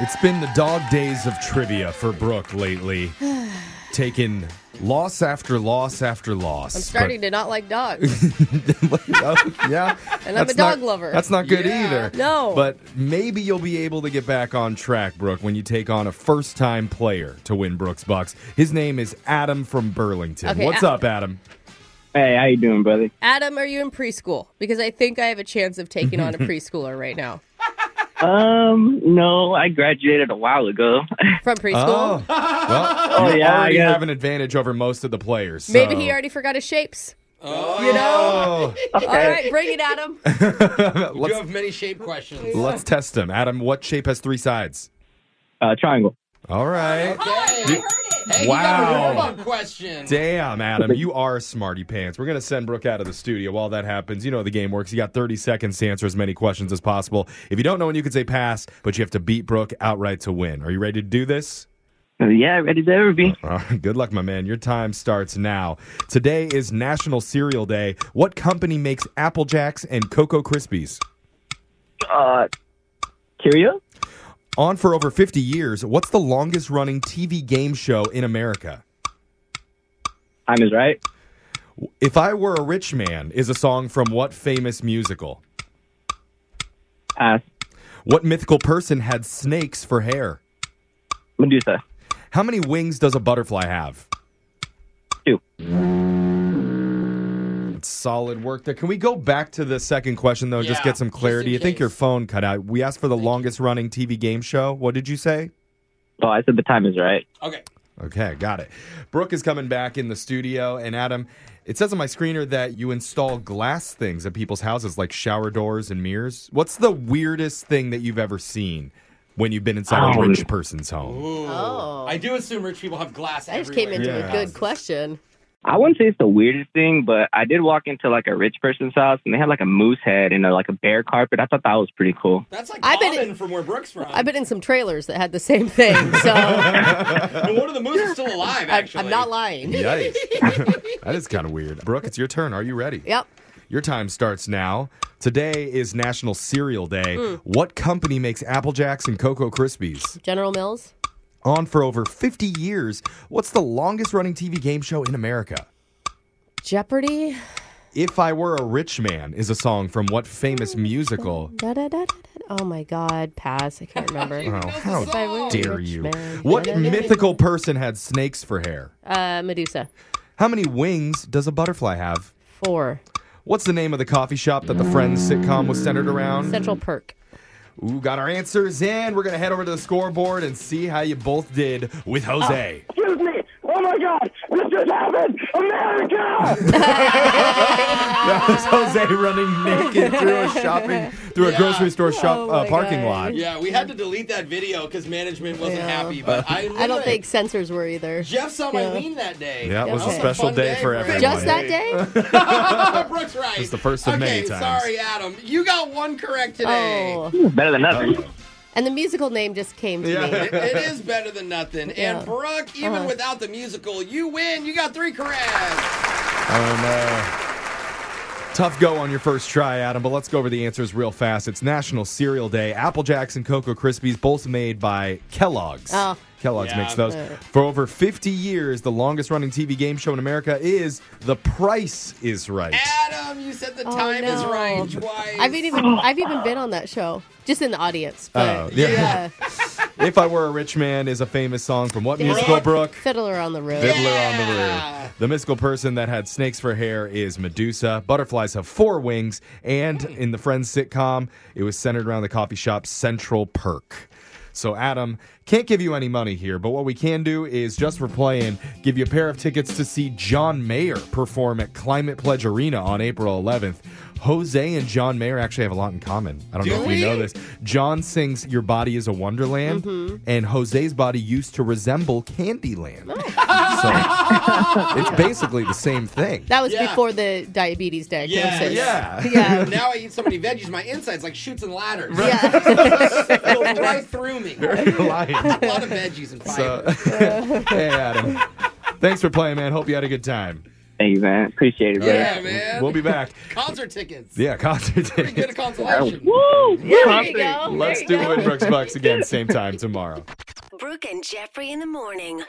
It's been the dog days of trivia for Brooke lately. Taking loss after loss after loss. oh, I'm starting to not like dogs. yeah. And I'm a That's dog not- lover. That's not good Yeah. either. No. But maybe you'll be able to get back on track, Brooke, when you take on a first time player to win Brooks Bucks. His name is Adam from Burlington. Okay, What's Ad- up, Adam? Hey, how you doing, brother? Adam, are you in preschool? Because I think I have a chance of taking on a preschooler right now. Um, no, I graduated a while ago. From preschool? Oh, well, you yeah, I already guess. have an advantage over most of the players. Maybe so- he already forgot his shapes. you know? Oh, All right, bring it, Adam. You let's, have many shape questions. let's test him. Adam, what shape has three sides? uh, triangle. All right. Hey, hey, Wow. You got a warm-up question. Damn, Adam, you are smarty pants. We're going to send Brooke out of the studio while that happens. You know how the game works. You got 30 seconds to answer as many questions as possible. If you don't know when you can say pass, but you have to beat Brooke outright to win. Are you ready to do this? Uh, Yeah, ready to ever be. All right, good luck, my man. Your time starts now. Today is National Cereal Day. What company makes Apple Jacks and Cocoa Krispies? Uh, Curio? On for over 50 years, what's the longest running TV game show in America? Time is right. If I Were a Rich Man is a song from what famous musical? Pass. What mythical person had snakes for hair? Medusa. How many wings does a butterfly have? Two. It's solid work there. Can we go back to the second question, though, and just Yeah, get some just in clarity? I think case. your phone cut out. We asked for the longest running TV game show. What did you say? Oh, I said the time is right. Okay. Okay, got it. Brooke is coming back in the studio, and Adam, it says on my screener that you install glass things at people's houses, like shower doors and mirrors. What's the weirdest thing that you've ever seen when you've been inside a Um, rich person's home? Ooh. Oh. I do assume rich people have glass I just came everywhere. into Yeah. a good question. I wouldn't say it's the weirdest thing, but I did walk into like a rich person's house and they had like a moose head and a, like a bear carpet. I thought that was pretty cool. That's like I've I've been- been, from where Brooks from. I've been in some trailers that had the same thing, so I'm, and one of the moose is still alive, actually. I'm not lying. Yikes. that is kind of weird. Brooke, it's your turn. Are you ready? Yep. Your time starts now. Today is National Cereal Day. Mm. What company makes Apple Jacks and Cocoa Krispies? General Mills? On for over 50 years, what's the longest running TV game show in America? Jeopardy? If I Were a Rich Man is a song from what famous musical? Da, da, da, da, da. Oh my god, pass. I can't remember. Oh, how If I were a dare rich you? man. What Da, da, da, da. mythical person had snakes for hair? Uh, Medusa. How many wings does a butterfly have? Four. What's the name of the coffee shop that the Friends sitcom was centered around? Central Perk. Ooh, got our answers in. We're going to head over to the scoreboard and see how you both did with Jose. Excuse me! Oh my God! This just happened! America! Ah. that was Jose running naked through a shopping, through a Yeah. grocery store shop Oh uh, my parking God. lot. Yeah, we had to delete that video because management wasn't Yeah. happy. But I, I don't literally- think censors were either. Jeff saw my Yeah. lean that day. Yeah, it was a That special fun day for everyone. Just that day? Brooks right. It's the first of okay, many times. Sorry, Adam. You got one correct today. Oh. Better than nothing. And the musical name just came to Yeah. me. It, it is better than nothing. Yeah. And Brooke, even Uh-huh. without the musical, you win. You got three correct. Oh, no. Tough go on your first try, Adam, but let's go over the answers real fast. It's National Cereal Day. Apple Jacks and Cocoa Krispies, both made by Kellogg's. Oh. Kellogg's Yeah. makes those. Uh. For over 50 years, the longest running TV game show in America is The Price is Right. Adam, you said the Oh, time is no. right twice. I've even I've even been on that show, just in the audience. But Oh, yeah. yeah. If I Were a Rich Man is a famous song from what Dang. musical, Brooke? Fiddler on the Roof. Fiddler on the Yeah. Roof. The mystical person that had snakes for hair is Medusa. Butterflies have four wings. And in the Friends sitcom, it was centered around the coffee shop Central Perk. So, Adam, can't give you any money here, but what we can do is just for playing, give you a pair of tickets to see John Mayer perform at Climate Pledge Arena on April 11th. Jose and John Mayer actually have a lot in common. I don't know if Do we know we? this. John sings Your Body is a Wonderland, and Jose's body used to resemble Candyland. So it's basically the same thing. That was Yeah. before the diabetes diagnosis. Yeah. Yeah. now I eat so many veggies, my insides like shoots and ladders. Yeah. Go right through me. A Very reliant. lot of veggies and fiber. So, hey, Adam. Thanks for playing, man. Hope you had a good time. Thank you, man. Appreciate it, brother. Yeah, man. We'll be back. Concert tickets. Yeah, concert. Pretty good at consolation. Woo! There you go. Let's There do you go. Winbrook's Bucks again, same time tomorrow. Brooke and Jeffrey in the morning.